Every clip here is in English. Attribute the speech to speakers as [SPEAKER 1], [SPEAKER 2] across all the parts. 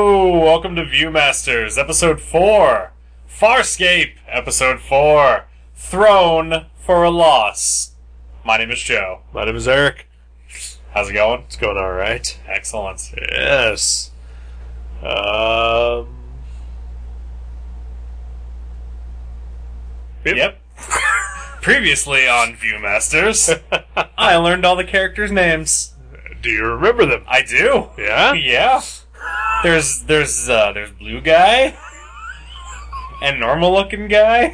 [SPEAKER 1] welcome to Viewmasters, episode 4. Farscape, episode 4. Throne for a Loss. My name is Joe.
[SPEAKER 2] My name is Eric.
[SPEAKER 1] How's it going?
[SPEAKER 2] It's going all right.
[SPEAKER 1] Excellent.
[SPEAKER 2] Yes. Um.
[SPEAKER 1] Yep. Previously on Viewmasters, I learned all the characters' names.
[SPEAKER 2] Do you remember them?
[SPEAKER 1] I do.
[SPEAKER 2] Yeah.
[SPEAKER 1] Yeah. There's there's uh there's blue guy and normal looking guy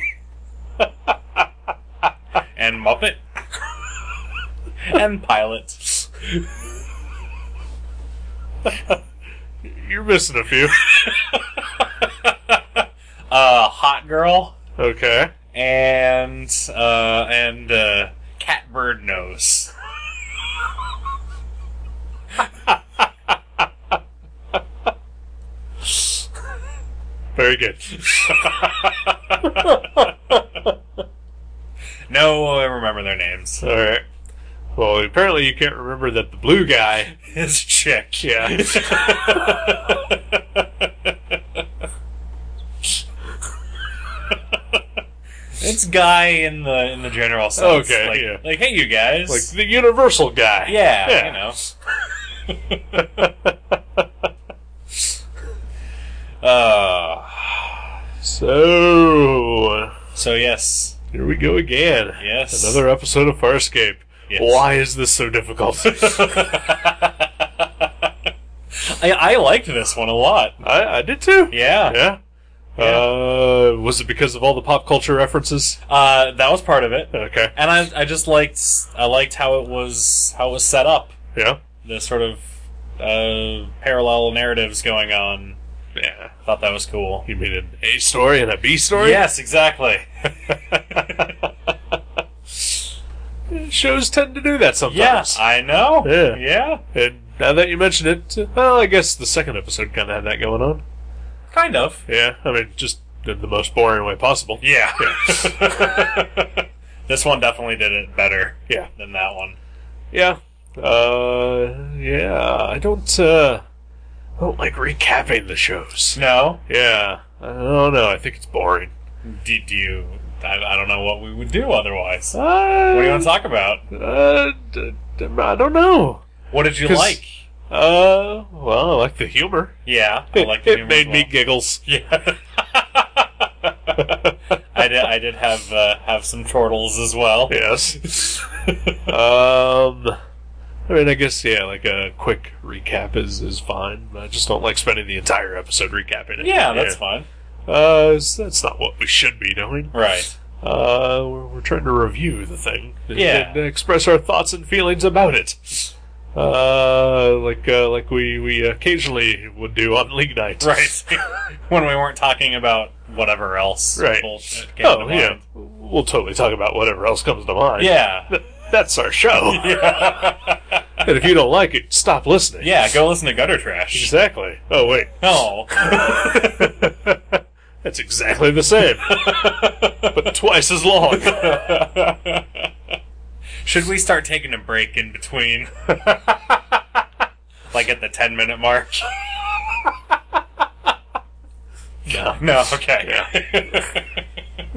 [SPEAKER 1] and Muppet and pilot.
[SPEAKER 2] You're missing a few.
[SPEAKER 1] uh hot girl
[SPEAKER 2] Okay.
[SPEAKER 1] and uh and uh catbird nose.
[SPEAKER 2] Very good.
[SPEAKER 1] No, I remember their names.
[SPEAKER 2] All right. Well, apparently you can't remember that the blue guy.
[SPEAKER 1] His chick.
[SPEAKER 2] Yeah.
[SPEAKER 1] It's guy in the in the general sense.
[SPEAKER 2] Okay,
[SPEAKER 1] like,
[SPEAKER 2] yeah.
[SPEAKER 1] like hey, you guys.
[SPEAKER 2] like the universal guy.
[SPEAKER 1] yeah, you know. Uh,
[SPEAKER 2] so
[SPEAKER 1] so yes,
[SPEAKER 2] here we go again.
[SPEAKER 1] yes.
[SPEAKER 2] Another episode of Farscape.
[SPEAKER 1] Yes.
[SPEAKER 2] Why is this so difficult?
[SPEAKER 1] I, I liked this one a lot.
[SPEAKER 2] I, I did too.
[SPEAKER 1] Yeah.
[SPEAKER 2] Yeah. Uh, was it because of all the pop culture references?
[SPEAKER 1] Uh, that was part of it,
[SPEAKER 2] Okay.
[SPEAKER 1] and I I just liked I liked how it was how it was set up.
[SPEAKER 2] Yeah.
[SPEAKER 1] The sort of uh, parallel narratives going on.
[SPEAKER 2] Yeah.
[SPEAKER 1] Thought that was cool.
[SPEAKER 2] You mean an A story and a B story?
[SPEAKER 1] Yes, exactly.
[SPEAKER 2] Shows tend to do that sometimes.
[SPEAKER 1] Yes, I know.
[SPEAKER 2] Yeah.
[SPEAKER 1] yeah,
[SPEAKER 2] And now that you mention it, well, I guess the second episode kind of had that going on.
[SPEAKER 1] kind of.
[SPEAKER 2] Yeah. I mean, just in the most boring way possible.
[SPEAKER 1] Yeah. this one definitely did it better
[SPEAKER 2] Yeah.
[SPEAKER 1] than that one.
[SPEAKER 2] Yeah. Uh, yeah. I don't, uh, I don't like recapping the shows.
[SPEAKER 1] No?
[SPEAKER 2] Yeah. I don't know. I think it's boring.
[SPEAKER 1] Did you. I, I don't know what we would do otherwise. What
[SPEAKER 2] Uh,
[SPEAKER 1] do you want to talk about?
[SPEAKER 2] Uh, d- d- I don't know.
[SPEAKER 1] What did you
[SPEAKER 2] 'Cause-
[SPEAKER 1] like?
[SPEAKER 2] Uh, well, I like the humor.
[SPEAKER 1] Yeah, I like the
[SPEAKER 2] it
[SPEAKER 1] new
[SPEAKER 2] made
[SPEAKER 1] one
[SPEAKER 2] me
[SPEAKER 1] as
[SPEAKER 2] giggles.
[SPEAKER 1] well. Yeah. I did, I did have uh, have some chortles as well.
[SPEAKER 2] Yes. um, I mean, I guess yeah, like a quick recap is is fine. I just don't like spending the entire episode recapping it.
[SPEAKER 1] Yeah, that's fine.
[SPEAKER 2] fine. Uh, s- that's not what we should be doing.
[SPEAKER 1] Right.
[SPEAKER 2] Uh, we're, we're trying to review the thing. and-
[SPEAKER 1] Yeah.
[SPEAKER 2] And express our thoughts and feelings about it. Uh, like uh, like we we occasionally would do on league night.
[SPEAKER 1] Right. when we weren't talking about whatever else
[SPEAKER 2] Right.
[SPEAKER 1] bullshit came to
[SPEAKER 2] Oh
[SPEAKER 1] mind.
[SPEAKER 2] yeah. We'll totally talk about whatever else comes to mind.
[SPEAKER 1] Yeah.
[SPEAKER 2] Th- That's our show. and if you don't like it, stop listening.
[SPEAKER 1] Yeah, go listen to Gutter Trash. Oh.
[SPEAKER 2] Exactly. Oh wait.
[SPEAKER 1] No.
[SPEAKER 2] That's exactly the same. but twice as long.
[SPEAKER 1] Should we start taking a break in between? like at the 10 minute mark?
[SPEAKER 2] Yeah.
[SPEAKER 1] No, okay.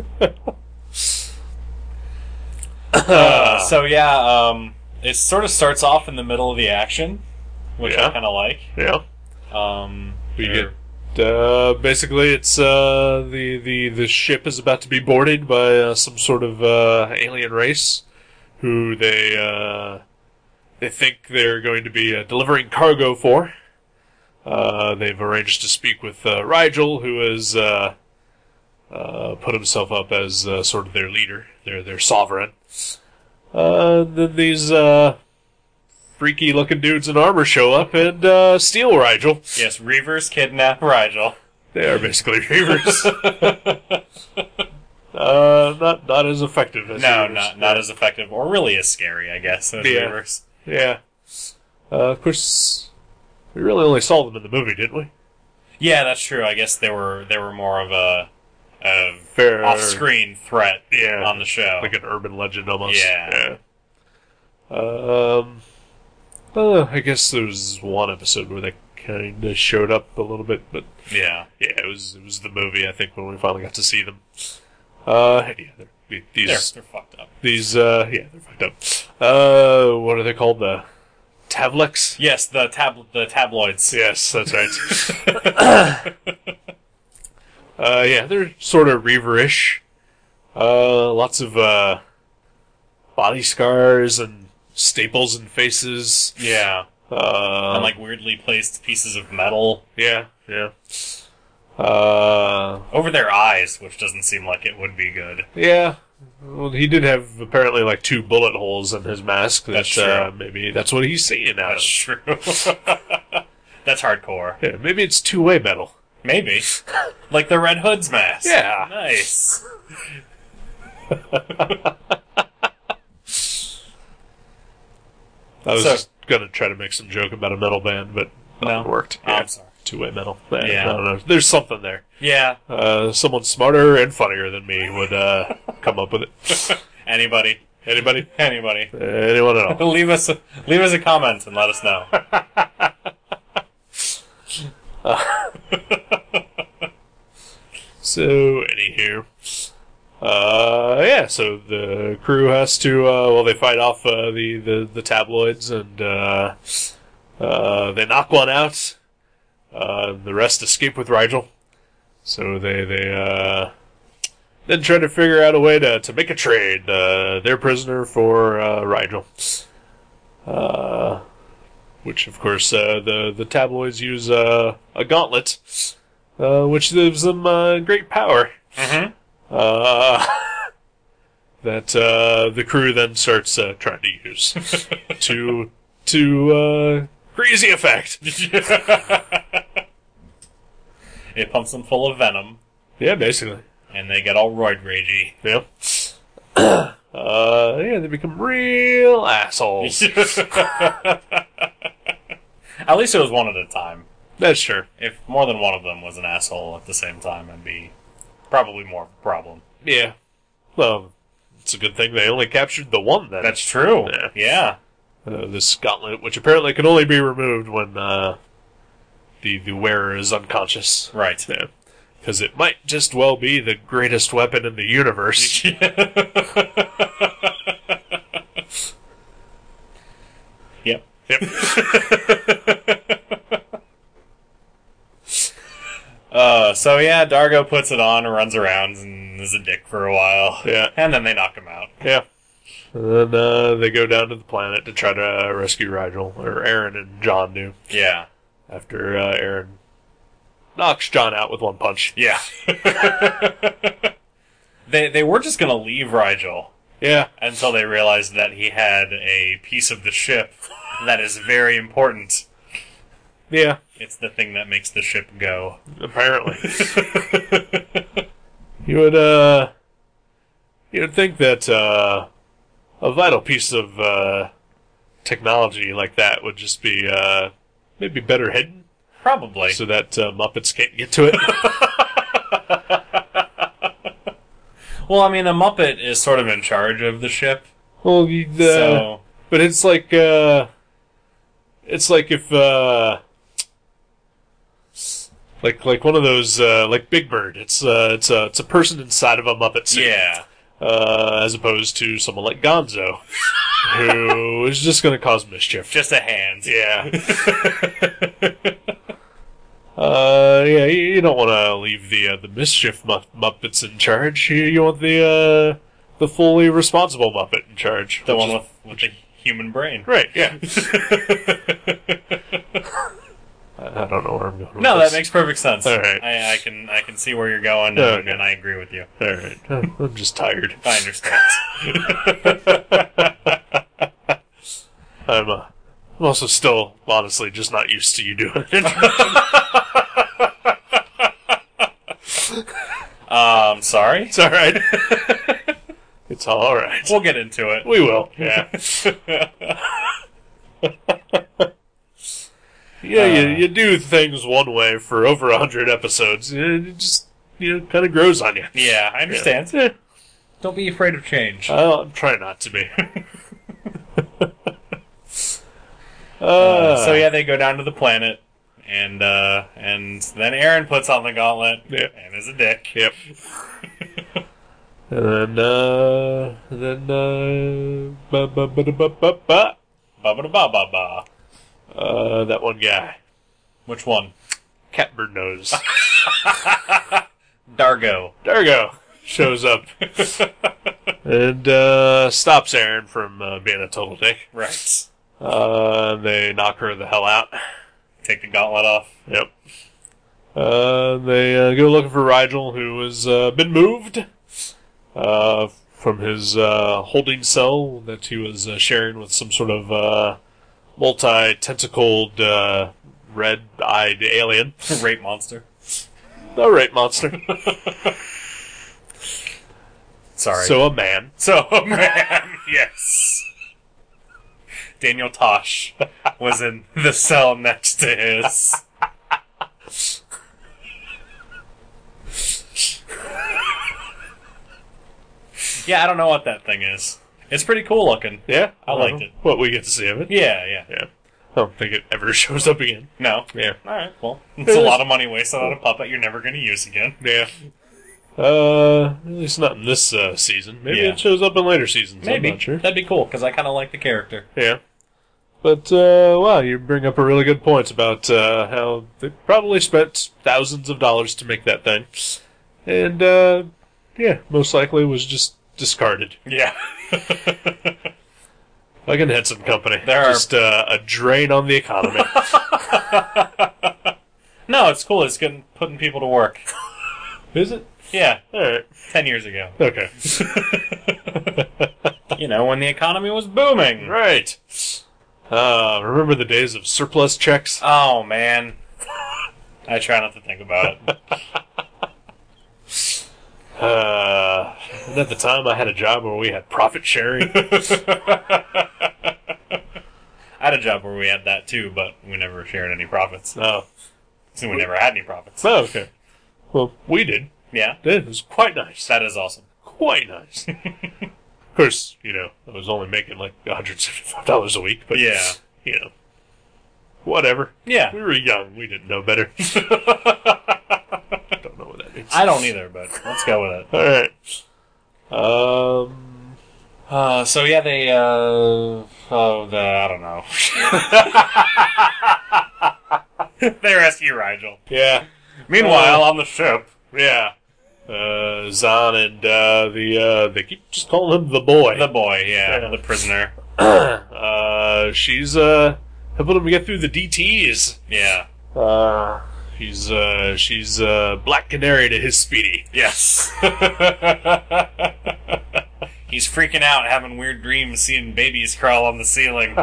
[SPEAKER 1] Uh, so, yeah, um, it sort of starts off in the middle of the action, which I
[SPEAKER 2] Yeah.
[SPEAKER 1] kind of like.
[SPEAKER 2] Yeah.
[SPEAKER 1] Um,
[SPEAKER 2] We
[SPEAKER 1] they're-
[SPEAKER 2] get uh, basically it's uh, the the the ship is about to be boarded by uh, some sort of uh, alien race who they uh, they think they're going to be uh, delivering cargo for. Uh, they've arranged to speak with uh, Rigel, who has uh, uh, put himself up as uh, sort of their leader, their their sovereign. Uh, then these uh, freaky looking dudes in armor show up and uh, steal Rigel.
[SPEAKER 1] yes, Reavers kidnap Rigel.
[SPEAKER 2] They are basically reavers. uh, not not as effective as
[SPEAKER 1] No,
[SPEAKER 2] reavers.
[SPEAKER 1] not not as effective, or really as scary, I guess, as
[SPEAKER 2] Yeah.
[SPEAKER 1] Reavers.
[SPEAKER 2] yeah. Uh, of course, we really only saw them in the movie, didn't we?
[SPEAKER 1] Yeah, that's true. I guess they were they were more of a, a
[SPEAKER 2] Fair
[SPEAKER 1] off screen threat
[SPEAKER 2] Yeah.
[SPEAKER 1] on the show.
[SPEAKER 2] like an urban legend almost.
[SPEAKER 1] Yeah.
[SPEAKER 2] Yeah. Um, uh, I guess there was one episode where they kind of showed up a little bit, but
[SPEAKER 1] Yeah.
[SPEAKER 2] yeah, it was it was the movie I think when we finally got to see them. Uh, and yeah, they're, the- these
[SPEAKER 1] They're, they're fucked up.
[SPEAKER 2] these uh yeah they're fucked up. Uh, what are they called? The Tavlex.
[SPEAKER 1] Yes, the tab the tabloids.
[SPEAKER 2] Yes, that's right. uh, yeah, they're sort of reaverish. Uh, lots of uh, body scars and staples in faces.
[SPEAKER 1] Yeah.
[SPEAKER 2] Uh,
[SPEAKER 1] and like weirdly placed pieces of metal
[SPEAKER 2] yeah, yeah. Uh,
[SPEAKER 1] over their eyes, which doesn't seem like it would be good.
[SPEAKER 2] yeah. Well, he did have apparently like two bullet holes in his mask. That,
[SPEAKER 1] That's true.
[SPEAKER 2] Uh, maybe that's what he's seeing now.
[SPEAKER 1] That's true. That's hardcore.
[SPEAKER 2] Yeah, maybe it's two-way metal.
[SPEAKER 1] Maybe. Like the Red Hood's mask.
[SPEAKER 2] Yeah.
[SPEAKER 1] Nice.
[SPEAKER 2] I was
[SPEAKER 1] So-
[SPEAKER 2] just gonna try to make some joke about a metal band, but
[SPEAKER 1] No.
[SPEAKER 2] it worked.
[SPEAKER 1] Oh,
[SPEAKER 2] Yeah.
[SPEAKER 1] I'm sorry.
[SPEAKER 2] Two-way metal. I-
[SPEAKER 1] Yeah.
[SPEAKER 2] I don't know. There's something there.
[SPEAKER 1] Yeah.
[SPEAKER 2] Uh, someone smarter and funnier than me would uh, come up with it.
[SPEAKER 1] Anybody.
[SPEAKER 2] Anybody?
[SPEAKER 1] Anybody.
[SPEAKER 2] Uh, anyone at all?
[SPEAKER 1] Leave us a, leave us a comment and let us know.
[SPEAKER 2] So, anywho. Uh, yeah, so the crew has to, uh, well, they fight off, uh, the, the, the tabloids and, uh, uh, they knock one out. Uh, the rest escape with Rigel. So they, they, uh, then try to figure out a way to, to make a trade, uh, their prisoner for, uh, Rigel. Uh, which of course, uh, the, the tabloids use, uh, a gauntlet, uh, which gives them, uh, great power
[SPEAKER 1] hmm
[SPEAKER 2] uh, that uh, the crew then starts uh, trying to use to to uh, crazy effect.
[SPEAKER 1] It pumps them full of venom,
[SPEAKER 2] Yeah, basically.
[SPEAKER 1] and they get all roid ragey.
[SPEAKER 2] Yeah. Uh, yeah, they become real assholes.
[SPEAKER 1] At least it was one at a time.
[SPEAKER 2] That's sure.
[SPEAKER 1] If more than one of them was an asshole at the same time, it'd be probably more of a problem.
[SPEAKER 2] Yeah. Well, it's a good thing they only captured the one then.
[SPEAKER 1] That's true.
[SPEAKER 2] Yeah.
[SPEAKER 1] Yeah.
[SPEAKER 2] uh, this gauntlet, which apparently can only be removed when uh, the the wearer is unconscious.
[SPEAKER 1] Right.
[SPEAKER 2] Yeah. Because it might just well be the greatest weapon in the universe.
[SPEAKER 1] Yep.
[SPEAKER 2] Yep.
[SPEAKER 1] Uh, so yeah, Dargo puts it on and runs around and is a dick for a while.
[SPEAKER 2] Yeah.
[SPEAKER 1] And then they knock him out.
[SPEAKER 2] Yeah. And then uh, they go down to the planet to try to uh, rescue Rigel, or Aaron and John do,
[SPEAKER 1] Yeah.
[SPEAKER 2] after uh, Aaron knocks John out with one punch.
[SPEAKER 1] Yeah. they they were just gonna leave Rigel
[SPEAKER 2] Yeah.
[SPEAKER 1] until they realized that he had a piece of the ship that is very important.
[SPEAKER 2] Yeah.
[SPEAKER 1] It's the thing that makes the ship go.
[SPEAKER 2] Apparently. you would, uh. You would think that, uh. A vital piece of, uh. Technology like that would just be, uh. Maybe better hidden.
[SPEAKER 1] Probably.
[SPEAKER 2] so that uh, Muppets can't get to it.
[SPEAKER 1] well, I mean, the Muppet is sort of in charge of the ship,
[SPEAKER 2] well, you, uh,
[SPEAKER 1] so
[SPEAKER 2] but it's like uh, it's like if uh, like like one of those uh, like Big Bird. It's uh, it's a it's a person inside of a Muppet suit,
[SPEAKER 1] yeah,
[SPEAKER 2] uh, as opposed to someone like Gonzo, who is just going to cause mischief.
[SPEAKER 1] just a hand.
[SPEAKER 2] Yeah. Uh, yeah, you, you don't want to leave the uh, the mischief mu- Muppets in charge. You, you want the uh, the fully responsible Muppet in charge.
[SPEAKER 1] The
[SPEAKER 2] which
[SPEAKER 1] one
[SPEAKER 2] is-
[SPEAKER 1] with with the human brain.
[SPEAKER 2] right? Yeah. I I don't know where I'm going. With
[SPEAKER 1] No, that
[SPEAKER 2] this.
[SPEAKER 1] makes perfect sense.
[SPEAKER 2] All right.
[SPEAKER 1] I, I can I can see where you're going,
[SPEAKER 2] Okay.
[SPEAKER 1] and, and I agree with you.
[SPEAKER 2] All right, I'm- I'm just tired.
[SPEAKER 1] I understand.
[SPEAKER 2] I'm uh, I'm also still honestly just not used to you doing it.
[SPEAKER 1] um, sorry.
[SPEAKER 2] it's all right. it's all right.
[SPEAKER 1] We'll get into it.
[SPEAKER 2] We will. Yeah. yeah, you,
[SPEAKER 1] Uh,
[SPEAKER 2] you do things one way for over a hundred episodes, and it just you know kind of grows on you.
[SPEAKER 1] Yeah, I understand.
[SPEAKER 2] Eh,
[SPEAKER 1] Don't be afraid of change.
[SPEAKER 2] I'll, I'm trying not to be. uh, Uh,
[SPEAKER 1] Uh, so yeah, they go down to the planet, and uh, and then Aaron puts on the gauntlet
[SPEAKER 2] Yeah.
[SPEAKER 1] and is a dick.
[SPEAKER 2] Yep. and then, uh, and then, uh, ba, ba, ba, da, ba, ba, ba.
[SPEAKER 1] Ba ba da ba ba ba.
[SPEAKER 2] uh, that one guy,
[SPEAKER 1] Which one?
[SPEAKER 2] Catbird Nose,
[SPEAKER 1] Dargo.
[SPEAKER 2] Dargo, shows up and, uh, stops Aaron from uh, being a total dick.
[SPEAKER 1] Right.
[SPEAKER 2] Uh, and they knock her the hell out.
[SPEAKER 1] Take the gauntlet off.
[SPEAKER 2] Yep. Uh, they uh, go looking for Rigel, who has uh, been moved uh, from his uh, holding cell that he was uh, sharing with some sort of uh, multi-tentacled, uh, red-eyed alien.
[SPEAKER 1] Rape monster.
[SPEAKER 2] All right, monster.
[SPEAKER 1] Sorry.
[SPEAKER 2] So a man.
[SPEAKER 1] So, man, yes. Daniel Tosh was in the cell next to his. yeah, I don't know what that thing is. It's pretty cool looking.
[SPEAKER 2] Yeah,
[SPEAKER 1] I liked it.
[SPEAKER 2] What we get to see of it.
[SPEAKER 1] Yeah, yeah.
[SPEAKER 2] Yeah. I don't think it ever shows up again.
[SPEAKER 1] No.
[SPEAKER 2] Yeah.
[SPEAKER 1] Alright, well. It's a lot of money wasted on a puppet you're never going to use again.
[SPEAKER 2] Yeah. Uh, at least not in this uh, season. Maybe
[SPEAKER 1] Yeah.
[SPEAKER 2] it shows up in later seasons.
[SPEAKER 1] Maybe.
[SPEAKER 2] I'm not sure.
[SPEAKER 1] That'd be cool, because I kind of like the character.
[SPEAKER 2] Yeah. But uh, wow, you bring up a really good point about uh, how they probably spent thousands of dollars to make that thing, and uh, yeah, most likely was just discarded.
[SPEAKER 1] Yeah.
[SPEAKER 2] Like in Henson Company,
[SPEAKER 1] There are-
[SPEAKER 2] just uh, a drain on the economy.
[SPEAKER 1] no, it's cool. It's getting, putting people to work.
[SPEAKER 2] Is it?
[SPEAKER 1] Yeah,
[SPEAKER 2] All right.
[SPEAKER 1] 10 years ago.
[SPEAKER 2] Okay.
[SPEAKER 1] you know, when the economy was booming.
[SPEAKER 2] right. Uh, remember the days of surplus checks?
[SPEAKER 1] Oh man, I try not to think about it.
[SPEAKER 2] Uh, and at the time, I had a job where we had profit sharing.
[SPEAKER 1] I had a job where we had that too, but we never shared any profits.
[SPEAKER 2] oh.
[SPEAKER 1] So we never had any profits.
[SPEAKER 2] oh, okay. Well, we did.
[SPEAKER 1] Yeah,
[SPEAKER 2] It was quite nice.
[SPEAKER 1] that is awesome.
[SPEAKER 2] quite nice. of course, you know, I was only making like $175 a week, but
[SPEAKER 1] Yeah.
[SPEAKER 2] you know, whatever. We
[SPEAKER 1] Yeah,
[SPEAKER 2] were young, we didn't know better. don't know what that means.
[SPEAKER 1] I don't either, but let's go with it.
[SPEAKER 2] All right. Um,
[SPEAKER 1] Uh, so yeah, they uh, oh, the I don't know. they rescue Rigel.
[SPEAKER 2] yeah,
[SPEAKER 1] Meanwhile, on the ship,
[SPEAKER 2] yeah. Uh, Zahn and uh, the uh, they keep just calling him the boy.
[SPEAKER 1] the boy, yeah,
[SPEAKER 2] Yeah.
[SPEAKER 1] the prisoner,
[SPEAKER 2] uh, she's uh helping him get through the DTS.
[SPEAKER 1] yeah,
[SPEAKER 2] Uh, he's uh, she's uh, Black Canary to his Speedy.
[SPEAKER 1] yes. He's freaking out, having weird dreams, seeing babies crawl on the ceiling.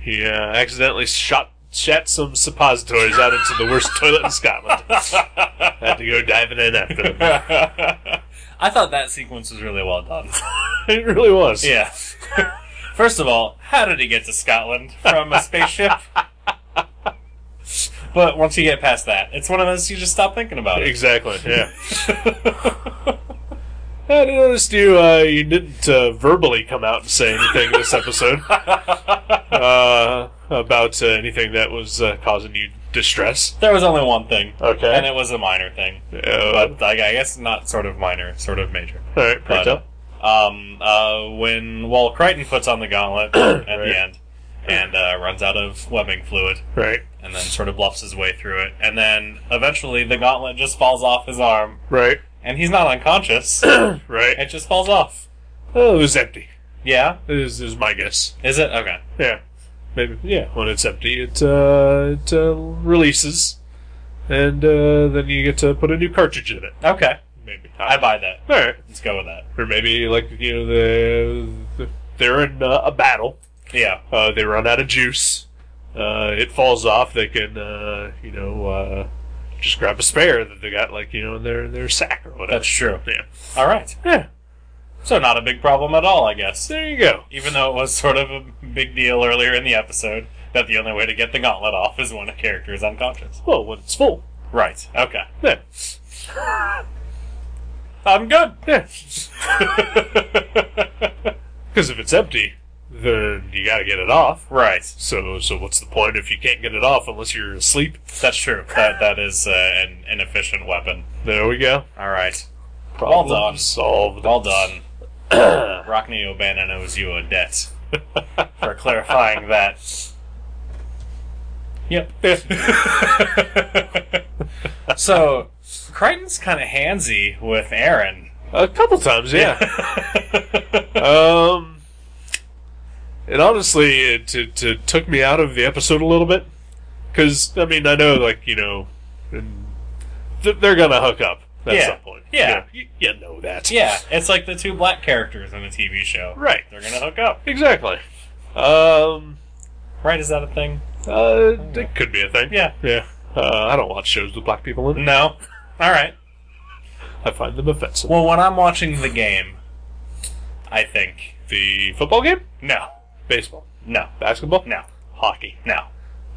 [SPEAKER 2] He uh, accidentally shot shat some suppositories out into the worst toilet in Scotland. Had to go diving in after them.
[SPEAKER 1] I thought that sequence was really well done.
[SPEAKER 2] It really was.
[SPEAKER 1] yeah. First of all, how did he get to Scotland from a spaceship? but once you get past that, it's one of those you just stop thinking about it.
[SPEAKER 2] Exactly. Yeah. I noticed you. Uh, you didn't uh, verbally come out and say anything this episode uh, about uh, anything that was uh, causing you distress.
[SPEAKER 1] There was only one thing, and
[SPEAKER 2] Okay.
[SPEAKER 1] it was a minor thing.
[SPEAKER 2] Uh,
[SPEAKER 1] But like, I guess not sort of minor, sort of major.
[SPEAKER 2] all right.
[SPEAKER 1] But,
[SPEAKER 2] Pinto.
[SPEAKER 1] um, uh, when Walt Crichton puts on the gauntlet at
[SPEAKER 2] Right.
[SPEAKER 1] the end and uh, runs out of webbing fluid,
[SPEAKER 2] Right.
[SPEAKER 1] and then sort of bluffs his way through it. And then eventually the gauntlet just falls off his arm,
[SPEAKER 2] Right.
[SPEAKER 1] and he's not unconscious.
[SPEAKER 2] Right.
[SPEAKER 1] it just falls off.
[SPEAKER 2] Oh, it was empty.
[SPEAKER 1] Yeah?
[SPEAKER 2] Is is my guess.
[SPEAKER 1] Is it? Okay.
[SPEAKER 2] Yeah, maybe. Yeah, when it's empty, it uh, it uh, releases, and uh, then you get to put a new cartridge in it.
[SPEAKER 1] Okay.
[SPEAKER 2] Maybe.
[SPEAKER 1] I buy that.
[SPEAKER 2] All right.
[SPEAKER 1] Let's go with that.
[SPEAKER 2] Or maybe like you know the, the they're in uh, a battle.
[SPEAKER 1] Yeah.
[SPEAKER 2] Uh, they run out of juice. Uh, it falls off. They can uh, you know uh, just grab a spare that they got like you know in their their sack or whatever.
[SPEAKER 1] That's true.
[SPEAKER 2] yeah.
[SPEAKER 1] All right.
[SPEAKER 2] Yeah.
[SPEAKER 1] So, not a big problem at all, I guess.
[SPEAKER 2] There you go.
[SPEAKER 1] Even though it was sort of a big deal earlier in the episode that the only way to get the gauntlet off is when a character is unconscious.
[SPEAKER 2] Well, when it's full.
[SPEAKER 1] Right. Okay.
[SPEAKER 2] Yeah.
[SPEAKER 1] I'm good.
[SPEAKER 2] Yeah. Because if it's empty, then you gotta get it off.
[SPEAKER 1] Right.
[SPEAKER 2] So, so what's the point if you can't get it off unless you're asleep?
[SPEAKER 1] That's true. That that is uh, an inefficient weapon.
[SPEAKER 2] There we go.
[SPEAKER 1] All right.
[SPEAKER 2] Problem
[SPEAKER 1] done.
[SPEAKER 2] Solved.
[SPEAKER 1] Well done. Rockney O'Bannon owes you a debt for clarifying that. Yep. so, Crichton's kind of handsy with Aaron.
[SPEAKER 2] A couple times, yeah. um, it honestly it, it, it took me out of the episode a little bit because I mean I know like you know and th- they're gonna hook up at
[SPEAKER 1] Yeah.
[SPEAKER 2] some point.
[SPEAKER 1] Yeah.
[SPEAKER 2] you, you know that.
[SPEAKER 1] yeah, it's like the two black characters in a TV show.
[SPEAKER 2] right.
[SPEAKER 1] They're gonna hook up.
[SPEAKER 2] Exactly. Um,
[SPEAKER 1] Right, is that a thing?
[SPEAKER 2] uh, it could be a thing.
[SPEAKER 1] Yeah.
[SPEAKER 2] yeah. Uh, I don't watch shows with black people in it.
[SPEAKER 1] No. Alright.
[SPEAKER 2] I find them offensive.
[SPEAKER 1] Well, when I'm watching the game, I think.
[SPEAKER 2] The football game,
[SPEAKER 1] No.
[SPEAKER 2] baseball,
[SPEAKER 1] No.
[SPEAKER 2] basketball,
[SPEAKER 1] No.
[SPEAKER 2] hockey,
[SPEAKER 1] No.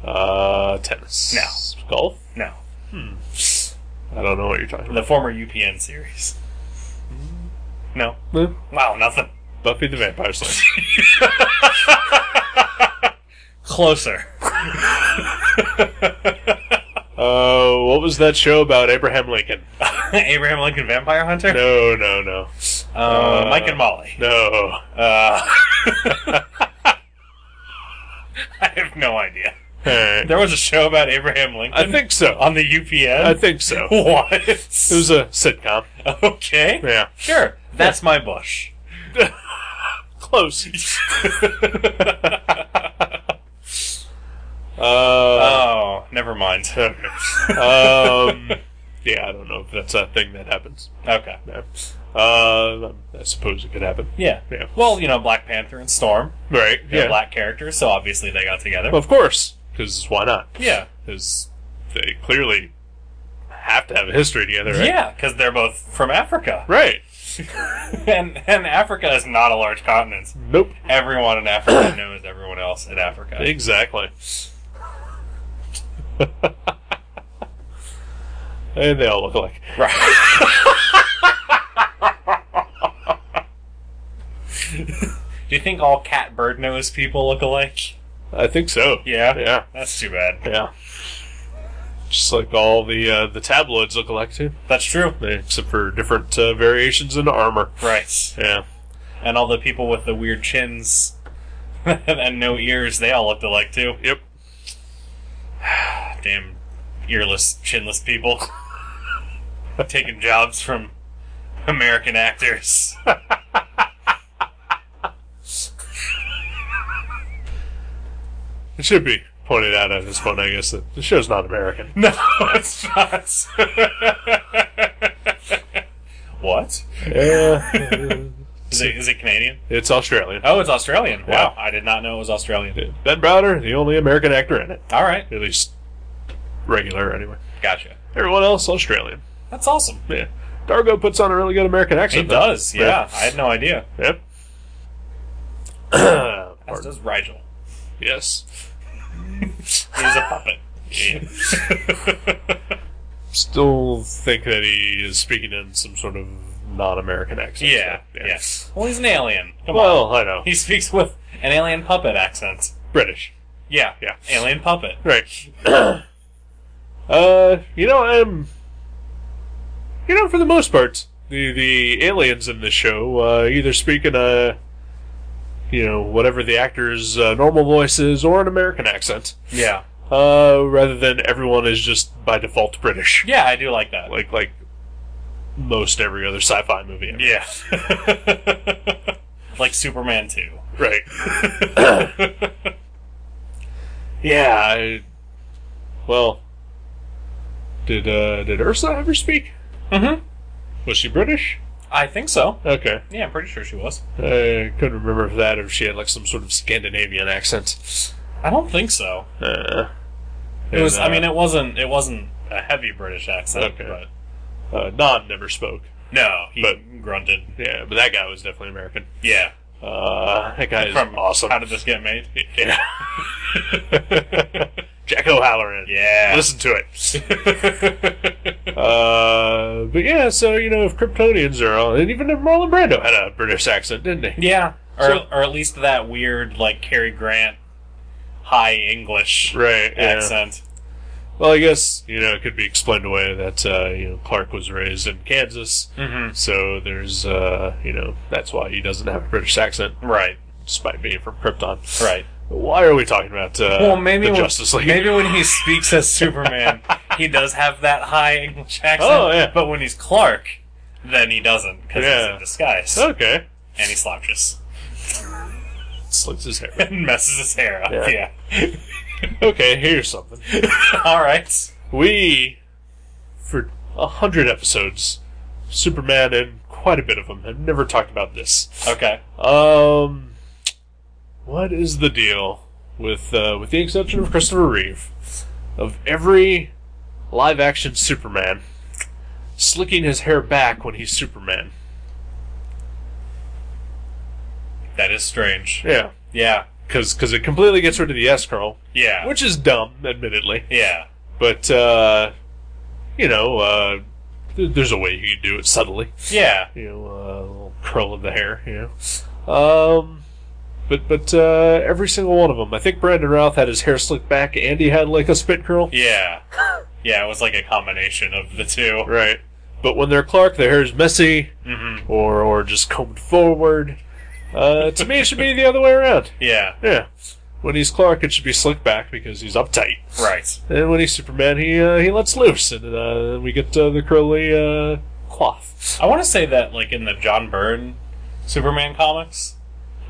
[SPEAKER 2] uh, tennis, no, golf.
[SPEAKER 1] No.
[SPEAKER 2] I don't know what you're talking
[SPEAKER 1] The former UPN series. No.
[SPEAKER 2] about.
[SPEAKER 1] Wow, nothing.
[SPEAKER 2] Buffy the Vampire Slayer.
[SPEAKER 1] Closer.
[SPEAKER 2] Uh, what was that show about Abraham Lincoln?
[SPEAKER 1] Abraham Lincoln Vampire Hunter?
[SPEAKER 2] No, no, no,
[SPEAKER 1] Uh, Mike and Molly.
[SPEAKER 2] no.
[SPEAKER 1] Uh, I have no idea.
[SPEAKER 2] Alright.
[SPEAKER 1] There was a show about Abraham Lincoln
[SPEAKER 2] I think so.
[SPEAKER 1] on the UPN?
[SPEAKER 2] I think so. It
[SPEAKER 1] What?
[SPEAKER 2] was a sitcom.
[SPEAKER 1] okay.
[SPEAKER 2] Yeah,
[SPEAKER 1] Sure. That's my bush.
[SPEAKER 2] close. Uh,
[SPEAKER 1] Oh, never mind.
[SPEAKER 2] okay. um, yeah, I don't know if that's a thing that happens.
[SPEAKER 1] Okay.
[SPEAKER 2] No. Uh, I suppose it could happen.
[SPEAKER 1] Yeah.
[SPEAKER 2] Yeah.
[SPEAKER 1] Well, you know, Black Panther and Storm.
[SPEAKER 2] Right.
[SPEAKER 1] They're
[SPEAKER 2] Yeah.
[SPEAKER 1] black characters, so obviously they got together.
[SPEAKER 2] Of course, because why not?
[SPEAKER 1] yeah.
[SPEAKER 2] Because they clearly have to have a history together, right?
[SPEAKER 1] Yeah, because they're both from Africa.
[SPEAKER 2] Right.
[SPEAKER 1] and and Africa is not a large continent.
[SPEAKER 2] Nope.
[SPEAKER 1] Everyone in Africa knows everyone else in Africa.
[SPEAKER 2] Exactly. and they all look alike.
[SPEAKER 1] Right. Do you think all cat bird nose people look alike?
[SPEAKER 2] I think so.
[SPEAKER 1] Yeah.
[SPEAKER 2] Yeah.
[SPEAKER 1] That's too bad.
[SPEAKER 2] Yeah. Just like all the uh, the tabloids look alike too,
[SPEAKER 1] That's true.
[SPEAKER 2] They- except for different uh, variations in armor.
[SPEAKER 1] Right.
[SPEAKER 2] Yeah.
[SPEAKER 1] And all the people with the weird chins and no ears, they all looked alike too.
[SPEAKER 2] Yep.
[SPEAKER 1] Damn earless, chinless people. Taking jobs from American actors.
[SPEAKER 2] It should be pointed out at this point, I guess, that the show's not American.
[SPEAKER 1] No, it's not. what?
[SPEAKER 2] Yeah.
[SPEAKER 1] Is it, is it Canadian?
[SPEAKER 2] it's Australian.
[SPEAKER 1] Oh, it's Australian. Wow,
[SPEAKER 2] Yeah.
[SPEAKER 1] I did not know it was Australian.
[SPEAKER 2] Ben Browder, the only American actor in it.
[SPEAKER 1] All right,
[SPEAKER 2] At least regular, anyway.
[SPEAKER 1] gotcha.
[SPEAKER 2] Everyone else, Australian.
[SPEAKER 1] That's awesome.
[SPEAKER 2] Yeah. Dargo puts on a really good American
[SPEAKER 1] He
[SPEAKER 2] accent. though.
[SPEAKER 1] does, yeah. I had no idea.
[SPEAKER 2] Yep.
[SPEAKER 1] As
[SPEAKER 2] Pardon.
[SPEAKER 1] does Rigel.
[SPEAKER 2] yes.
[SPEAKER 1] He's a puppet.
[SPEAKER 2] Still think that he is speaking in some sort of non-American accent.
[SPEAKER 1] yeah,
[SPEAKER 2] so,
[SPEAKER 1] yeah. Well, he's an alien. Come on.
[SPEAKER 2] Well, I know.
[SPEAKER 1] He speaks with an alien puppet accent.
[SPEAKER 2] British.
[SPEAKER 1] Yeah,
[SPEAKER 2] Yeah.
[SPEAKER 1] Alien puppet.
[SPEAKER 2] Right. uh, you know, I'm. You know, for the most part, the the aliens in the show uh, either speak in a, you know, whatever the actor's uh, normal voice is, or an American accent,
[SPEAKER 1] Yeah,
[SPEAKER 2] uh, rather than everyone is just by default British,
[SPEAKER 1] yeah. I do like that.
[SPEAKER 2] like like most every other sci-fi movie. ever.
[SPEAKER 1] Yeah. like Superman Mm-hmm. 2.
[SPEAKER 2] Right. yeah. I, well, did uh, did Ursula ever speak?
[SPEAKER 1] Mm-hmm.
[SPEAKER 2] Was she British?
[SPEAKER 1] I think so.
[SPEAKER 2] Okay.
[SPEAKER 1] Yeah, I'm pretty sure she was.
[SPEAKER 2] I couldn't remember if that or if she had like some sort of Scandinavian accent.
[SPEAKER 1] I don't think so.
[SPEAKER 2] Uh,
[SPEAKER 1] It was. I mean,
[SPEAKER 2] it,
[SPEAKER 1] it wasn't. It wasn't a heavy British accent.
[SPEAKER 2] Okay.
[SPEAKER 1] But
[SPEAKER 2] uh, Nan never spoke.
[SPEAKER 1] no, he
[SPEAKER 2] But-
[SPEAKER 1] grunted.
[SPEAKER 2] Yeah, but that guy was definitely American.
[SPEAKER 1] Yeah.
[SPEAKER 2] Uh, that guy is
[SPEAKER 1] From
[SPEAKER 2] awesome.
[SPEAKER 1] How did this get made?
[SPEAKER 2] yeah. Jack O'Halloran.
[SPEAKER 1] Yeah.
[SPEAKER 2] Listen to it. uh, but yeah, so you know, if Kryptonians are all, and even if Marlon Brando had a British accent, didn't he?
[SPEAKER 1] yeah. or
[SPEAKER 2] So-
[SPEAKER 1] or at least that weird like Cary Grant high English
[SPEAKER 2] Right. Yeah.
[SPEAKER 1] accent.
[SPEAKER 2] Well, I guess you know it could be explained away that uh, you know Clark was raised in Kansas,
[SPEAKER 1] Mm-hmm.
[SPEAKER 2] so there's uh, you know that's why he doesn't have a British accent,
[SPEAKER 1] Right,
[SPEAKER 2] despite being from Krypton.
[SPEAKER 1] right.
[SPEAKER 2] Why are we talking about uh,
[SPEAKER 1] Well, maybe
[SPEAKER 2] the
[SPEAKER 1] when,
[SPEAKER 2] Justice League?
[SPEAKER 1] maybe when he speaks as Superman, he does have that high English accent.
[SPEAKER 2] Oh, yeah.
[SPEAKER 1] But when he's Clark, then he doesn't because he's
[SPEAKER 2] Yeah.
[SPEAKER 1] in disguise
[SPEAKER 2] okay,
[SPEAKER 1] and he slouches
[SPEAKER 2] slicks his hair.
[SPEAKER 1] and messes his hair up.
[SPEAKER 2] Yeah.
[SPEAKER 1] Yeah.
[SPEAKER 2] okay, here's something.
[SPEAKER 1] All right.
[SPEAKER 2] We, for a hundred episodes, Superman and quite a bit of them have never talked about this.
[SPEAKER 1] Okay.
[SPEAKER 2] Um, what is the deal with, uh, with the exception of Christopher Reeve, of every live-action Superman slicking his hair back when he's Superman?
[SPEAKER 1] That is strange.
[SPEAKER 2] Yeah,
[SPEAKER 1] Yeah.
[SPEAKER 2] because it completely gets rid of the S curl,
[SPEAKER 1] Yeah.
[SPEAKER 2] which is dumb, admittedly.
[SPEAKER 1] yeah.
[SPEAKER 2] But uh, you know, uh, th- there's a way you can do it subtly.
[SPEAKER 1] Yeah.
[SPEAKER 2] You know, uh, a little curl of the hair. You know, um, but but uh, every single one of them. I think Brandon Routh had his hair slicked back, and he had like a spit curl.
[SPEAKER 1] Yeah. Yeah, it was like a combination of the two.
[SPEAKER 2] Right. But when they're Clark, their hair's messy
[SPEAKER 1] hmm
[SPEAKER 2] or or just combed forward. Uh, to me, it should be the other way around.
[SPEAKER 1] Yeah.
[SPEAKER 2] Yeah. When he's Clark, it should be slicked back because he's uptight.
[SPEAKER 1] Right.
[SPEAKER 2] And when he's Superman, he uh, he lets loose, and uh, we get uh, the curly uh, cloth.
[SPEAKER 1] I want to say that, like, in the John Byrne Superman comics,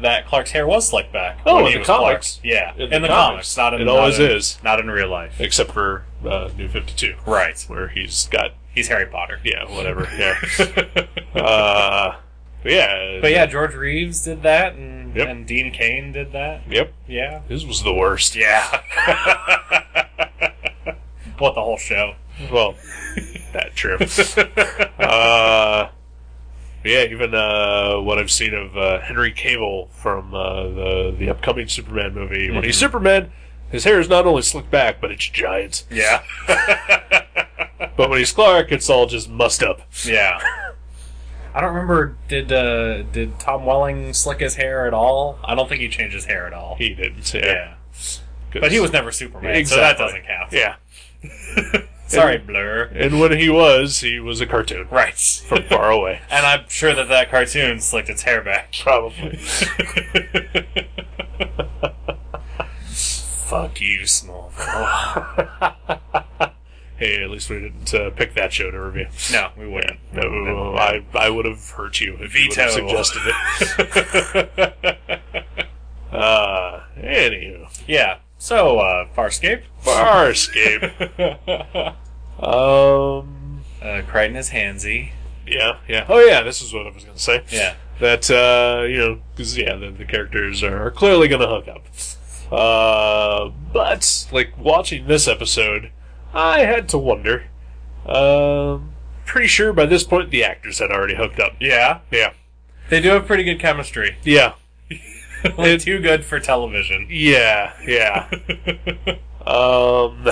[SPEAKER 1] that Clark's hair was slicked back.
[SPEAKER 2] Oh,
[SPEAKER 1] when
[SPEAKER 2] in
[SPEAKER 1] he
[SPEAKER 2] the
[SPEAKER 1] was
[SPEAKER 2] comics.
[SPEAKER 1] Clark. Yeah.
[SPEAKER 2] In
[SPEAKER 1] In,
[SPEAKER 2] the
[SPEAKER 1] the
[SPEAKER 2] comics.
[SPEAKER 1] comics. Not in
[SPEAKER 2] It
[SPEAKER 1] not
[SPEAKER 2] always
[SPEAKER 1] in-
[SPEAKER 2] is.
[SPEAKER 1] Not in real life.
[SPEAKER 2] except for uh, New Fifty Two,
[SPEAKER 1] Right.
[SPEAKER 2] where he's got
[SPEAKER 1] He's Harry Potter.
[SPEAKER 2] yeah, whatever. Yeah, uh, but yeah,
[SPEAKER 1] But yeah, George Reeves did that, and,
[SPEAKER 2] Yep.
[SPEAKER 1] and Dean Kane did that.
[SPEAKER 2] yep.
[SPEAKER 1] Yeah.
[SPEAKER 2] His was the worst.
[SPEAKER 1] Yeah. what the whole show.
[SPEAKER 2] Well, that true. uh, yeah, even uh, what I've seen of uh, Henry Cable from uh, the the upcoming Superman movie. When he's
[SPEAKER 1] Mhm.
[SPEAKER 2] Superman, his hair is not only slicked back, but it's giant.
[SPEAKER 1] Yeah.
[SPEAKER 2] But when he's Clark, it's all just mussed up.
[SPEAKER 1] Yeah. I don't remember. Did uh, did Tom Welling slick his hair at all? I don't think he changed his hair at all.
[SPEAKER 2] He didn't. Yeah,
[SPEAKER 1] yeah, but he was never Superman, so that
[SPEAKER 2] Exactly.
[SPEAKER 1] doesn't count.
[SPEAKER 2] Yeah,
[SPEAKER 1] Sorry, Blur.
[SPEAKER 2] and when he was, he was a cartoon
[SPEAKER 1] Right.
[SPEAKER 2] from far away.
[SPEAKER 1] and I'm sure that that cartoon slicked its hair back.
[SPEAKER 2] Probably.
[SPEAKER 1] Fuck you, small.
[SPEAKER 2] hey, at least we didn't uh, pick that show to review.
[SPEAKER 1] no, we wouldn't.
[SPEAKER 2] No, I I would have hurt you if you would have
[SPEAKER 1] Veto.
[SPEAKER 2] suggested it. uh, anywho,
[SPEAKER 1] Yeah. So, uh, Farscape.
[SPEAKER 2] Farscape. um,
[SPEAKER 1] Uh, Crichton is handsy.
[SPEAKER 2] yeah, yeah. Oh, yeah. This is what I was gonna say.
[SPEAKER 1] Yeah.
[SPEAKER 2] That uh, you know, because yeah, the, the characters are clearly gonna hook up. Uh, but like watching this episode, I had to wonder. Um, pretty sure by this point the actors had already hooked up.
[SPEAKER 1] Yeah.
[SPEAKER 2] Yeah,
[SPEAKER 1] They do have pretty good chemistry.
[SPEAKER 2] yeah.
[SPEAKER 1] like, too good for television.
[SPEAKER 2] Yeah, yeah. um,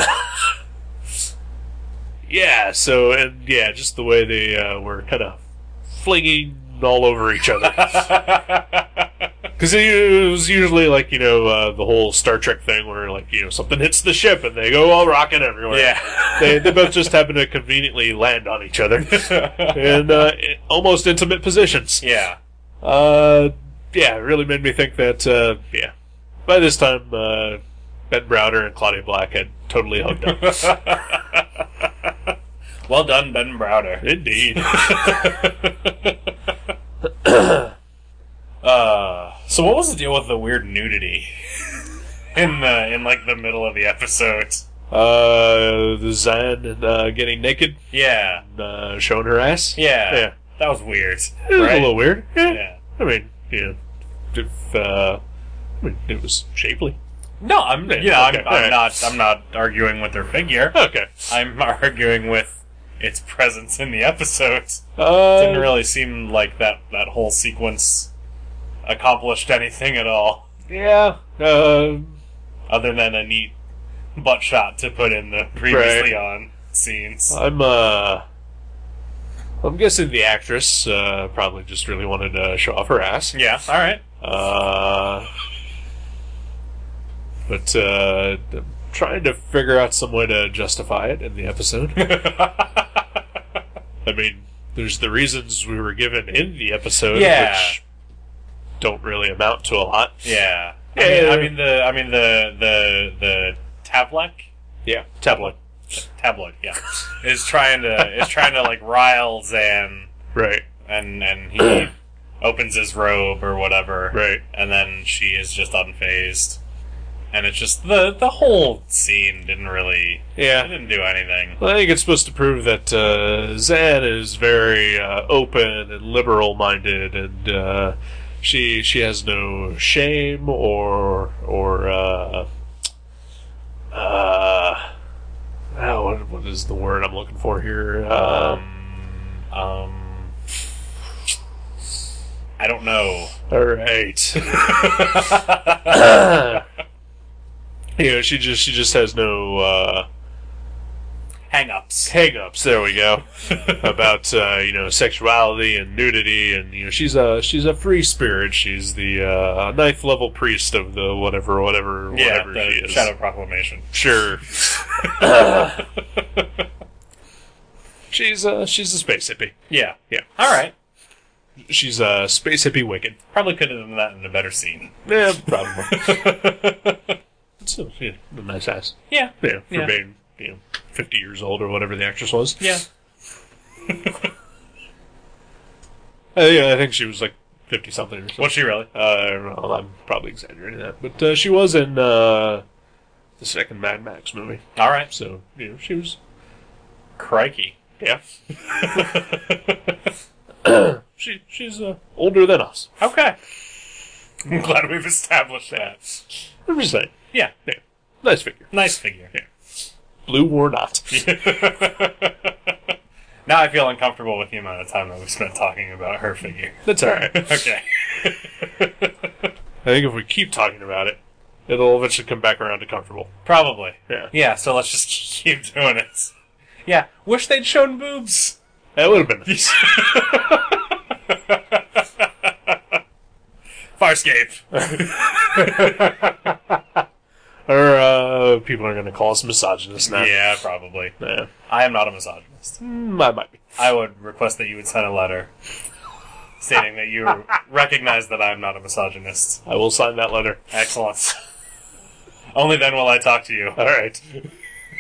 [SPEAKER 2] yeah. So and yeah, just the way they uh, were kind of flinging all over each other. Because it, it was usually like you know uh, the whole Star Trek thing where like you know something hits the ship and they go all rocking everywhere.
[SPEAKER 1] yeah.
[SPEAKER 2] They, they both just happen to conveniently land on each other in uh, i- almost intimate positions.
[SPEAKER 1] yeah.
[SPEAKER 2] Uh, yeah, it really made me think that, uh, yeah. By this time, uh, Ben Browder and Claudia Black had totally hooked up.
[SPEAKER 1] well done, Ben Browder.
[SPEAKER 2] Indeed.
[SPEAKER 1] Uh, so what was the deal with the weird nudity in the in like the middle of the episode?
[SPEAKER 2] Uh, the Zan uh, getting naked,
[SPEAKER 1] Yeah,
[SPEAKER 2] uh, showing her ass.
[SPEAKER 1] yeah,
[SPEAKER 2] Yeah.
[SPEAKER 1] that was weird.
[SPEAKER 2] It was
[SPEAKER 1] right?
[SPEAKER 2] a little weird. Yeah.
[SPEAKER 1] Yeah.
[SPEAKER 2] I mean, you know, if, uh, I mean, it was shapely.
[SPEAKER 1] No, I'm
[SPEAKER 2] Yeah,
[SPEAKER 1] yeah,
[SPEAKER 2] okay,
[SPEAKER 1] I'm, I'm
[SPEAKER 2] alright.
[SPEAKER 1] not I'm not arguing with her figure.
[SPEAKER 2] Okay.
[SPEAKER 1] I'm arguing with its presence in the episode.
[SPEAKER 2] Uh,
[SPEAKER 1] Didn't really seem like that that whole sequence accomplished anything at all.
[SPEAKER 2] yeah. Uh,
[SPEAKER 1] other than a neat butt shot to put in the previously on scenes.
[SPEAKER 2] I'm uh I'm guessing the actress uh, probably just really wanted to show off her ass.
[SPEAKER 1] yeah, all right.
[SPEAKER 2] Uh, but uh, I'm trying to figure out some way to justify it in the episode. I mean, there's the reasons we were given in the episode,
[SPEAKER 1] Yeah.
[SPEAKER 2] which don't really amount to a lot.
[SPEAKER 1] yeah. I mean, I
[SPEAKER 2] Yeah.
[SPEAKER 1] mean the I mean the the the Tavlek
[SPEAKER 2] Yeah, tablet.
[SPEAKER 1] tabloid yeah is trying to is trying to like rile Zan
[SPEAKER 2] Right,
[SPEAKER 1] and and he opens his robe or whatever
[SPEAKER 2] right.
[SPEAKER 1] and then she is just unfazed and it's just the the whole scene didn't really it
[SPEAKER 2] Yeah.
[SPEAKER 1] didn't do anything
[SPEAKER 2] Well, I think it's supposed to prove that uh, Zan is very uh, open and liberal-minded, and uh, she she has no shame or or uh, uh, oh, what, what is the word I'm looking for here? Um,
[SPEAKER 1] um um I don't know
[SPEAKER 2] all right. you know, she just she just has no uh,
[SPEAKER 1] hang-ups
[SPEAKER 2] hang-ups. There we go. about uh, you know sexuality and nudity, and you know she's a she's a free spirit. She's the uh, ninth level priest of the whatever whatever
[SPEAKER 1] yeah
[SPEAKER 2] whatever she
[SPEAKER 1] the
[SPEAKER 2] is.
[SPEAKER 1] shadow proclamation
[SPEAKER 2] Sure. she's uh, she's a space hippie.
[SPEAKER 1] yeah
[SPEAKER 2] Yeah,
[SPEAKER 1] all right
[SPEAKER 2] she's a space hippie Wiccan.
[SPEAKER 1] probably could have done that in a better scene
[SPEAKER 2] Yeah, probably. so, yeah, a nice ass.
[SPEAKER 1] yeah
[SPEAKER 2] Yeah, for
[SPEAKER 1] Yeah.
[SPEAKER 2] being you know fifty years old or whatever the actress was.
[SPEAKER 1] yeah
[SPEAKER 2] Uh, yeah, I think she was like fifty something or something.
[SPEAKER 1] was she really
[SPEAKER 2] Uh, well, I'm probably exaggerating that, but uh, she was in uh, the second Mad Max movie,
[SPEAKER 1] all right
[SPEAKER 2] so you know she was.
[SPEAKER 1] crikey
[SPEAKER 2] Yeah, she she's uh, older than us.
[SPEAKER 1] okay I'm glad we've established that
[SPEAKER 2] I'm just saying,
[SPEAKER 1] yeah
[SPEAKER 2] nice figure,
[SPEAKER 1] nice figure
[SPEAKER 2] blue or not.
[SPEAKER 1] now I feel uncomfortable with the amount of time that we spent talking about her figure.
[SPEAKER 2] That's all right. I
[SPEAKER 1] Okay.
[SPEAKER 2] think if we keep talking about it, it'll eventually come back around to comfortable.
[SPEAKER 1] Probably.
[SPEAKER 2] Yeah,
[SPEAKER 1] Yeah, so let's just keep doing it. Yeah, wish they'd shown boobs.
[SPEAKER 2] that would have been nice.
[SPEAKER 1] Farscape.
[SPEAKER 2] or uh, people are going to call us misogynists now.
[SPEAKER 1] Yeah, probably.
[SPEAKER 2] yeah.
[SPEAKER 1] I am not a misogynist.
[SPEAKER 2] Mm, I might be.
[SPEAKER 1] I would request that you would send a letter stating that you recognize that I am not a misogynist.
[SPEAKER 2] I will sign that letter.
[SPEAKER 1] Excellent. Only then will I talk to you.
[SPEAKER 2] All right.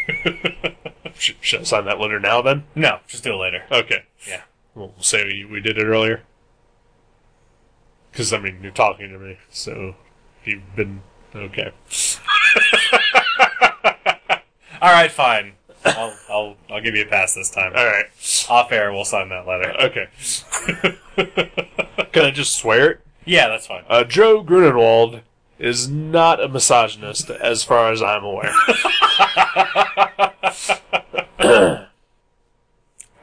[SPEAKER 2] should, should I sign that letter now then?
[SPEAKER 1] No, just do it later.
[SPEAKER 2] Okay.
[SPEAKER 1] Yeah.
[SPEAKER 2] We'll say we, we did it earlier. Because, I mean, you're talking to me, so you've been. Okay.
[SPEAKER 1] All right, fine. I'll, I'll, I'll give you a pass this time.
[SPEAKER 2] All right.
[SPEAKER 1] Off air, we'll sign that letter.
[SPEAKER 2] Okay. Can I just swear it?
[SPEAKER 1] Yeah, that's fine.
[SPEAKER 2] Uh, Joe Grunenwald is not a misogynist, as far as I'm aware.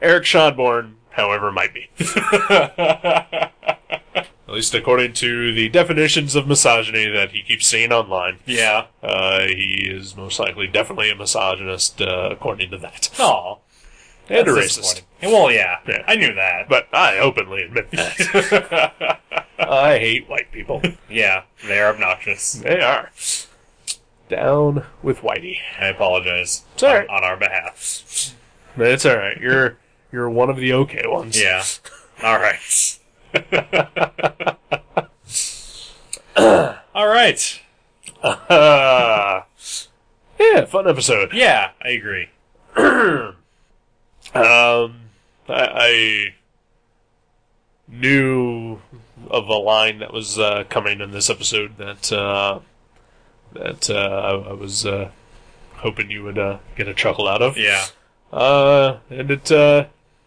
[SPEAKER 2] Eric Schonborn, however, might be. At least according to the definitions of misogyny that he keeps seeing online,
[SPEAKER 1] Yeah.
[SPEAKER 2] uh, he is most likely definitely a misogynist, uh, according to that.
[SPEAKER 1] Aw.
[SPEAKER 2] And
[SPEAKER 1] Oh,
[SPEAKER 2] a
[SPEAKER 1] that's
[SPEAKER 2] racist.
[SPEAKER 1] disappointing. Well, yeah.
[SPEAKER 2] Yeah.
[SPEAKER 1] I knew that.
[SPEAKER 2] But I openly admit that. I hate white people.
[SPEAKER 1] yeah, they're obnoxious.
[SPEAKER 2] They are. Down with Whitey.
[SPEAKER 1] I apologize
[SPEAKER 2] all
[SPEAKER 1] on,
[SPEAKER 2] right.
[SPEAKER 1] on our behalf.
[SPEAKER 2] That's all right. You're you're one of the okay ones.
[SPEAKER 1] Yeah. All right. All right.
[SPEAKER 2] Uh, yeah. Fun episode.
[SPEAKER 1] Yeah, I agree.
[SPEAKER 2] Um, I, I knew of a line that was uh, coming in this episode that uh, that uh, I, I was uh, hoping you would uh, get a chuckle out of.
[SPEAKER 1] Yeah,
[SPEAKER 2] Uh, and it uh,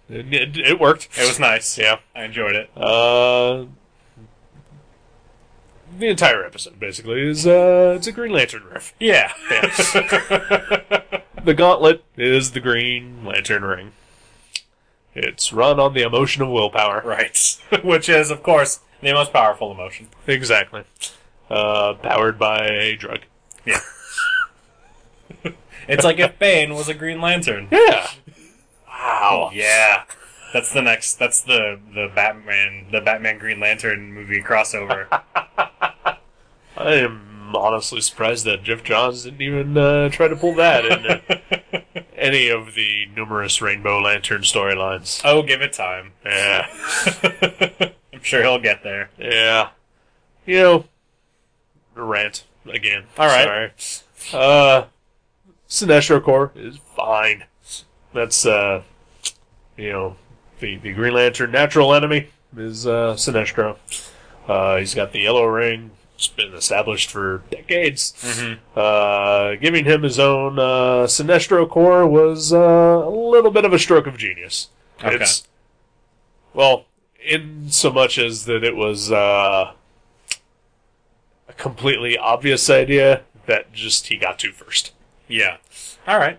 [SPEAKER 2] it, it, it worked.
[SPEAKER 1] it was nice.
[SPEAKER 2] Yeah.
[SPEAKER 1] I enjoyed it.
[SPEAKER 2] Uh, the entire episode basically is uh, it's a Green Lantern riff.
[SPEAKER 1] Yeah.
[SPEAKER 2] The gauntlet is the Green Lantern ring. It's run on the emotion of willpower.
[SPEAKER 1] right. Which is, of course, the most powerful emotion.
[SPEAKER 2] Exactly. Uh, powered by a drug.
[SPEAKER 1] Yeah. it's like if Bane was a Green Lantern.
[SPEAKER 2] Yeah. Wow.
[SPEAKER 1] Yeah. That's the next. That's the the Batman the Batman Green Lantern movie crossover.
[SPEAKER 2] I am honestly surprised that Jeff Johns didn't even uh, try to pull that in any of the numerous Rainbow Lantern storylines.
[SPEAKER 1] oh, give it time.
[SPEAKER 2] Yeah,
[SPEAKER 1] I'm sure he'll get there.
[SPEAKER 2] yeah. You know, rant again.
[SPEAKER 1] All right.
[SPEAKER 2] Sorry. Uh, Sinestro Corps is fine. That's uh, you know, the the Green Lantern natural enemy is uh, Sinestro. Uh, he's got the yellow ring. It's been established for decades.
[SPEAKER 1] Mm-hmm.
[SPEAKER 2] Uh, giving him his own uh, Sinestro core was uh, a little bit of a stroke of genius.
[SPEAKER 1] Okay.
[SPEAKER 2] It's well, in so much as that it was uh, a completely obvious idea that just he got to first.
[SPEAKER 1] Yeah. All right.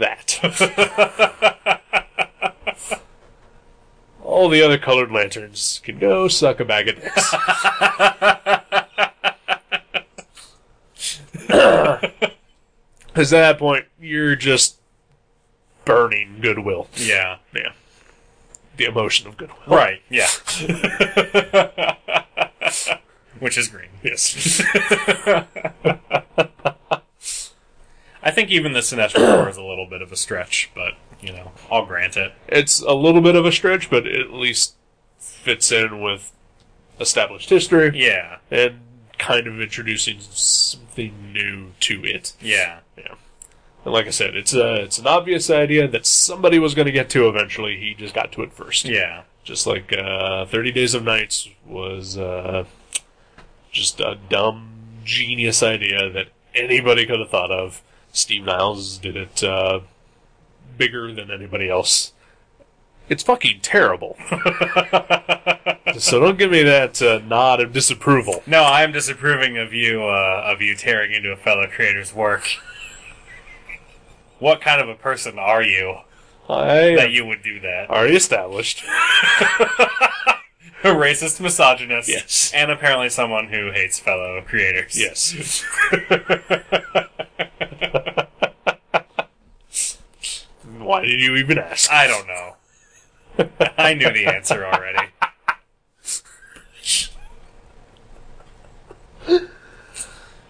[SPEAKER 2] that, all the other colored lanterns can go suck a bag of dicks. Because at that point, you're just burning goodwill.
[SPEAKER 1] yeah.
[SPEAKER 2] Yeah. The emotion of goodwill.
[SPEAKER 1] Right. Yeah. Which is green.
[SPEAKER 2] Yes.
[SPEAKER 1] I think even the Sinestro Corps is a little bit of a stretch, but you know, I'll grant it.
[SPEAKER 2] it's a little bit of a stretch, but it at least fits in with established history
[SPEAKER 1] Yeah.
[SPEAKER 2] and kind of introducing something new to it.
[SPEAKER 1] Yeah.
[SPEAKER 2] Yeah. And like I said, it's a, it's an obvious idea that somebody was going to get to eventually. He just got to it first.
[SPEAKER 1] Yeah.
[SPEAKER 2] Just like uh, 30 Days of Nights was uh, just a dumb genius idea that anybody could have thought of. Steve Niles did it uh, bigger than anybody else. It's fucking terrible. so don't give me that uh, nod of disapproval.
[SPEAKER 1] No, I am disapproving of you uh, of you tearing into a fellow creator's work. what kind of a person are you that
[SPEAKER 2] I
[SPEAKER 1] you would do that?
[SPEAKER 2] already established.
[SPEAKER 1] A racist misogynist.
[SPEAKER 2] Yes.
[SPEAKER 1] And apparently someone who hates fellow creators.
[SPEAKER 2] Yes. Why did you even ask?
[SPEAKER 1] I don't know. I knew the answer already.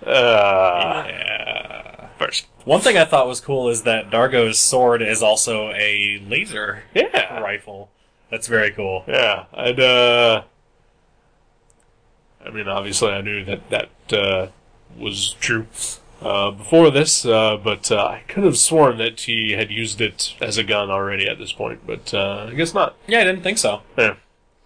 [SPEAKER 2] Uh,
[SPEAKER 1] Yeah.
[SPEAKER 2] first.
[SPEAKER 1] One thing I thought was cool is that Dargo's sword is also a laser
[SPEAKER 2] Yeah.
[SPEAKER 1] rifle. That's very cool.
[SPEAKER 2] Yeah. I'd, uh. I mean, obviously, I knew that that uh, was true uh, before this, uh, but uh, I could have sworn that he had used it as a gun already at this point, but uh, I guess not.
[SPEAKER 1] Yeah, I didn't think so.
[SPEAKER 2] Yeah.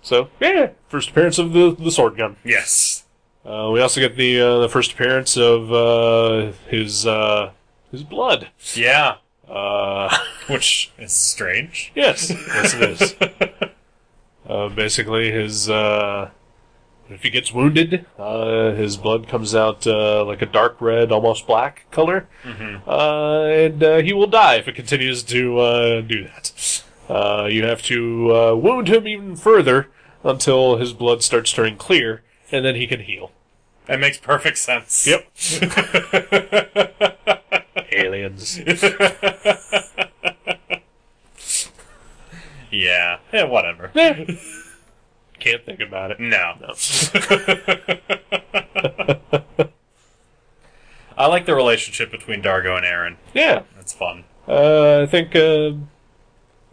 [SPEAKER 2] So, yeah, first appearance of the, the sword gun.
[SPEAKER 1] Yes.
[SPEAKER 2] Uh, we also get the uh, the first appearance of uh, his uh, his blood.
[SPEAKER 1] Yeah.
[SPEAKER 2] Uh,
[SPEAKER 1] Which is strange.
[SPEAKER 2] yes, yes it is. Uh, basically, his uh, if he gets wounded, uh, his blood comes out uh, like a dark red, almost black color, uh, and uh, he will die if it continues to uh, do that. Uh, you have to uh, wound him even further until his blood starts turning clear, and then he can heal.
[SPEAKER 1] That makes perfect sense.
[SPEAKER 2] Aliens.
[SPEAKER 1] Yeah. Yeah, whatever.
[SPEAKER 2] Eh. Can't think about it.
[SPEAKER 1] No.
[SPEAKER 2] No.
[SPEAKER 1] I like the relationship between Dargo and Aaron.
[SPEAKER 2] Yeah,
[SPEAKER 1] That's fun.
[SPEAKER 2] uh, I think uh,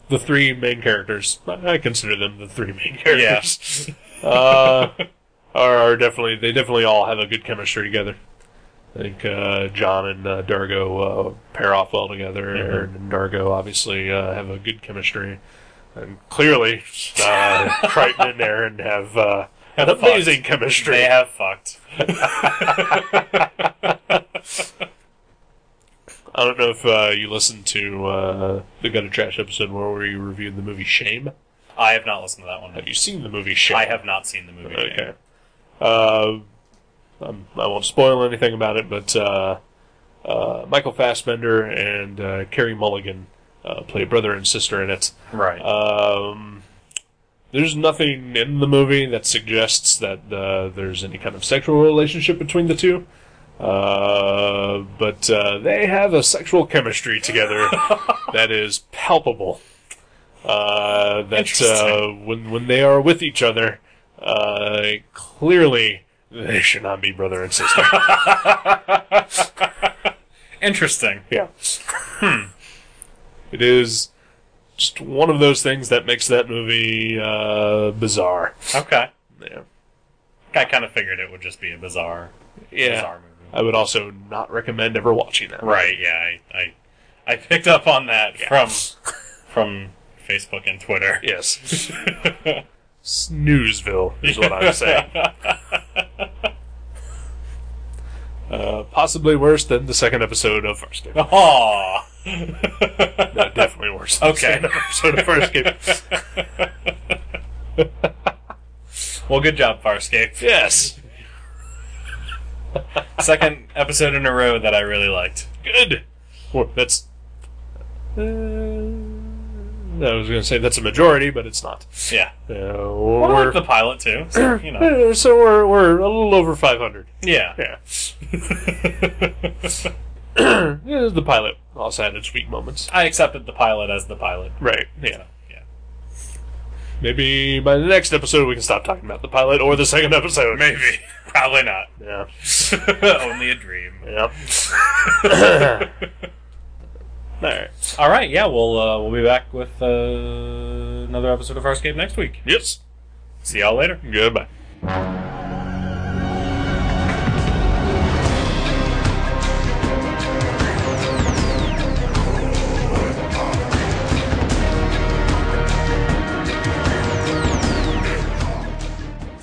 [SPEAKER 2] the three main characters, I I consider them the three main characters, uh, are, are definitely, they definitely all have a good chemistry together. I think uh, John and uh, Dargo uh, pair off well together. Aaron and Dargo obviously uh, have a good chemistry. And clearly, uh, Crichton and Aaron have uh, an
[SPEAKER 1] Have fun.
[SPEAKER 2] amazing chemistry.
[SPEAKER 1] They have fucked.
[SPEAKER 2] I don't know if uh, you listened to uh, the Gutter Trash episode where we reviewed the movie Shame.
[SPEAKER 1] I have not listened to that one.
[SPEAKER 2] Have you seen the movie Shame?
[SPEAKER 1] I have not seen the movie.
[SPEAKER 2] Okay. Uh, I'm, I won't spoil anything about it, but uh, uh, Michael Fassbender and uh, Carrie Mulligan uh, play brother and sister in it.
[SPEAKER 1] Right.
[SPEAKER 2] Um, there's nothing in the movie that suggests that uh, there's any kind of sexual relationship between the two. Uh, but uh, they have a sexual chemistry together that is palpable. uh, that uh,
[SPEAKER 1] Interesting.
[SPEAKER 2] when when they are with each other, uh, clearly they should not be brother and sister.
[SPEAKER 1] Interesting.
[SPEAKER 2] yeah, Hmm. it is just one of those things that makes that movie uh, bizarre.
[SPEAKER 1] Okay.
[SPEAKER 2] Yeah,
[SPEAKER 1] I kind of figured it would just be a bizarre,
[SPEAKER 2] yeah.
[SPEAKER 1] bizarre movie.
[SPEAKER 2] I would also not recommend ever watching that.
[SPEAKER 1] Right? Yeah. I, I, I picked up on that from, from Facebook and Twitter.
[SPEAKER 2] Yes. Snoozeville is what I'm saying. Uh, possibly worse than the second episode of First Game.
[SPEAKER 1] Aw.
[SPEAKER 2] No, definitely worse. Than
[SPEAKER 1] Okay.
[SPEAKER 2] The second episode of First Game.
[SPEAKER 1] well, good job, Farscape.
[SPEAKER 2] yes.
[SPEAKER 1] Second episode in a row that I really liked.
[SPEAKER 2] Good. Or that's. Uh, I was going to say that's a majority, but it's not.
[SPEAKER 1] Yeah. I
[SPEAKER 2] Uh, we're,
[SPEAKER 1] liked the pilot too. So, you know.
[SPEAKER 2] Uh, so we're we're a little over 500.
[SPEAKER 1] Yeah.
[SPEAKER 2] Yeah. Yeah, the pilot also had its weak moments.
[SPEAKER 1] I accepted the pilot as the pilot.
[SPEAKER 2] Right. Yeah.
[SPEAKER 1] Yeah.
[SPEAKER 2] Maybe by the next episode we can stop talking about the pilot or the second episode.
[SPEAKER 1] Maybe. Probably not.
[SPEAKER 2] Yeah.
[SPEAKER 1] Only a dream.
[SPEAKER 2] Yep. Alright.
[SPEAKER 1] All right. Yeah. We'll uh, we'll be back with uh, another episode of Farscape next week.
[SPEAKER 2] Yes.
[SPEAKER 1] See y'all later.
[SPEAKER 2] Goodbye.